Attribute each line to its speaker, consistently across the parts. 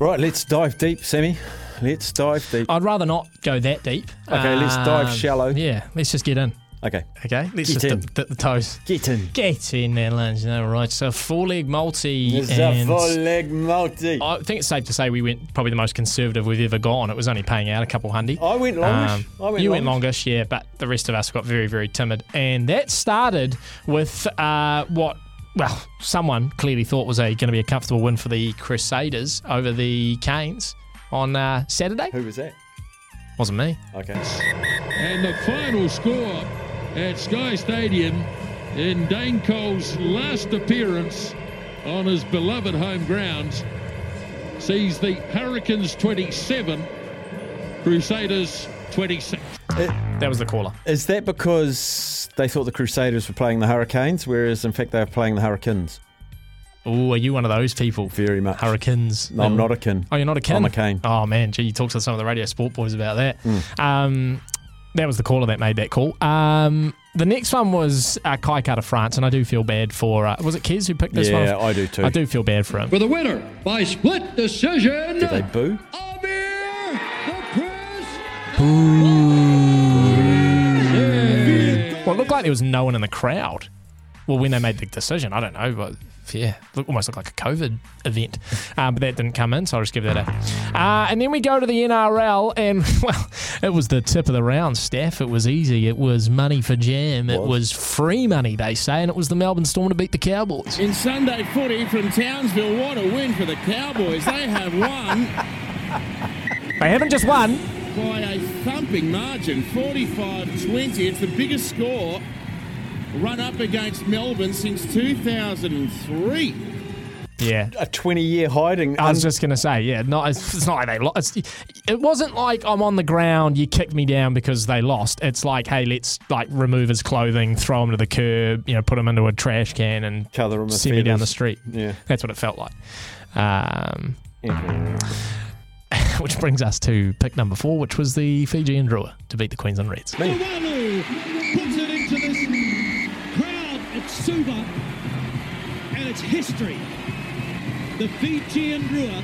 Speaker 1: Right, let's dive deep, Sammy. Let's dive deep.
Speaker 2: I'd rather not go that deep.
Speaker 1: Okay, let's dive
Speaker 2: Um,
Speaker 1: shallow.
Speaker 2: Yeah, let's just get in.
Speaker 1: Okay,
Speaker 2: Okay, let's
Speaker 1: Get
Speaker 2: just
Speaker 1: in.
Speaker 2: dip, dip the toes.
Speaker 1: get in.
Speaker 2: Get in there, lads. All right, so four leg multi
Speaker 1: It's a
Speaker 2: and.
Speaker 1: full leg multi.
Speaker 2: I think it's safe to say we went probably the most conservative we've ever gone. It was only paying out a couple hundred.
Speaker 1: I went longish. I went
Speaker 2: Um,
Speaker 1: longish.
Speaker 2: you went longish, yeah, but the rest of us got very, very timid. And that started with uh, what, well, someone clearly thought was a going to be a comfortable win for the Crusaders over the Canes on uh, Saturday.
Speaker 1: Who was that?
Speaker 2: Wasn't me.
Speaker 1: Okay.
Speaker 3: And the final score at Sky Stadium in Dane Cole's last appearance on his beloved home grounds sees the Hurricanes 27, Crusaders 26.
Speaker 2: That was the caller.
Speaker 1: Is that because they thought the Crusaders were playing the Hurricanes, whereas in fact they were playing the Hurricanes?
Speaker 2: Oh, are you one of those people?
Speaker 1: Very much.
Speaker 2: Hurricanes.
Speaker 1: No, I'm not a kin.
Speaker 2: Oh, you're not a kin?
Speaker 1: I'm a cane.
Speaker 2: Oh, man. Gee, you talked to some of the radio sport boys about that.
Speaker 1: Hmm.
Speaker 2: Um, that was the caller that made that call. Um, the next one was uh, Kai Carter France, and I do feel bad for. Uh, was it Kez who picked this
Speaker 1: Yeah,
Speaker 2: one?
Speaker 1: I do too.
Speaker 2: I do feel bad for him.
Speaker 3: For the winner by split decision,
Speaker 1: Did they boo?
Speaker 3: Amir the Prince
Speaker 2: Well, it looked like there was no one in the crowd. Well, when they made the decision, I don't know, but yeah, look, almost looked like a COVID event. Um, but that didn't come in, so I'll just give that a. Uh, and then we go to the NRL, and well, it was the tip of the round, Steph. It was easy. It was money for jam. It was free money, they say, and it was the Melbourne Storm to beat the Cowboys.
Speaker 4: In Sunday footy from Townsville, what a win for the Cowboys. They have won
Speaker 2: They haven't just won.
Speaker 4: by a thumping margin 45 20. It's the biggest score run up against Melbourne since 2003.
Speaker 2: Yeah.
Speaker 1: A 20 year hiding.
Speaker 2: I was just gonna say, yeah, not it's it's not like they lost. It wasn't like I'm on the ground, you kicked me down because they lost. It's like, hey, let's like remove his clothing, throw him to the curb, you know, put him into a trash can, and
Speaker 1: Cover him with
Speaker 2: send me down the
Speaker 1: feathers.
Speaker 2: street.
Speaker 1: Yeah.
Speaker 2: that's what it felt like. Um, which brings us to pick number four, which was the Fijian drawer to beat the Queensland Reds.
Speaker 4: Tuvalu puts it into this crowd at Suva, and it's history. The Fijian Drua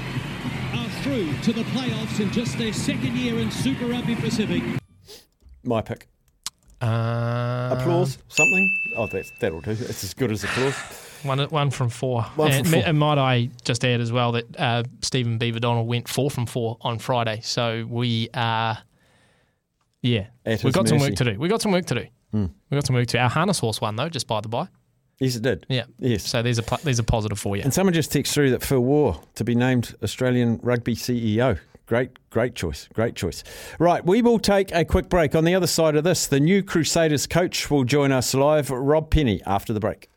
Speaker 4: are through to the playoffs in just their second year in Super Rugby Pacific.
Speaker 1: My pick.
Speaker 2: Uh,
Speaker 1: Applause? Something? Oh, that's, that'll do. It's as good as applause.
Speaker 2: One, one from four.
Speaker 1: One
Speaker 2: and,
Speaker 1: from four.
Speaker 2: and might I just add as well that uh, Stephen Beaver Donald went four from four on Friday. So we are, yeah,
Speaker 1: At
Speaker 2: we've
Speaker 1: his
Speaker 2: got some work
Speaker 1: mercy. Hmm.
Speaker 2: to do. We've got some work to do. We've got some work to do. Our harness horse won, though, just by the by.
Speaker 1: Yes, it did.
Speaker 2: Yeah.
Speaker 1: Yes.
Speaker 2: So there's a, pl- there's a positive for you.
Speaker 1: And someone just texted through that Phil War to be named Australian Rugby CEO. Great, great choice. Great choice. Right, we will take a quick break. On the other side of this, the new Crusaders coach will join us live, Rob Penny, after the break.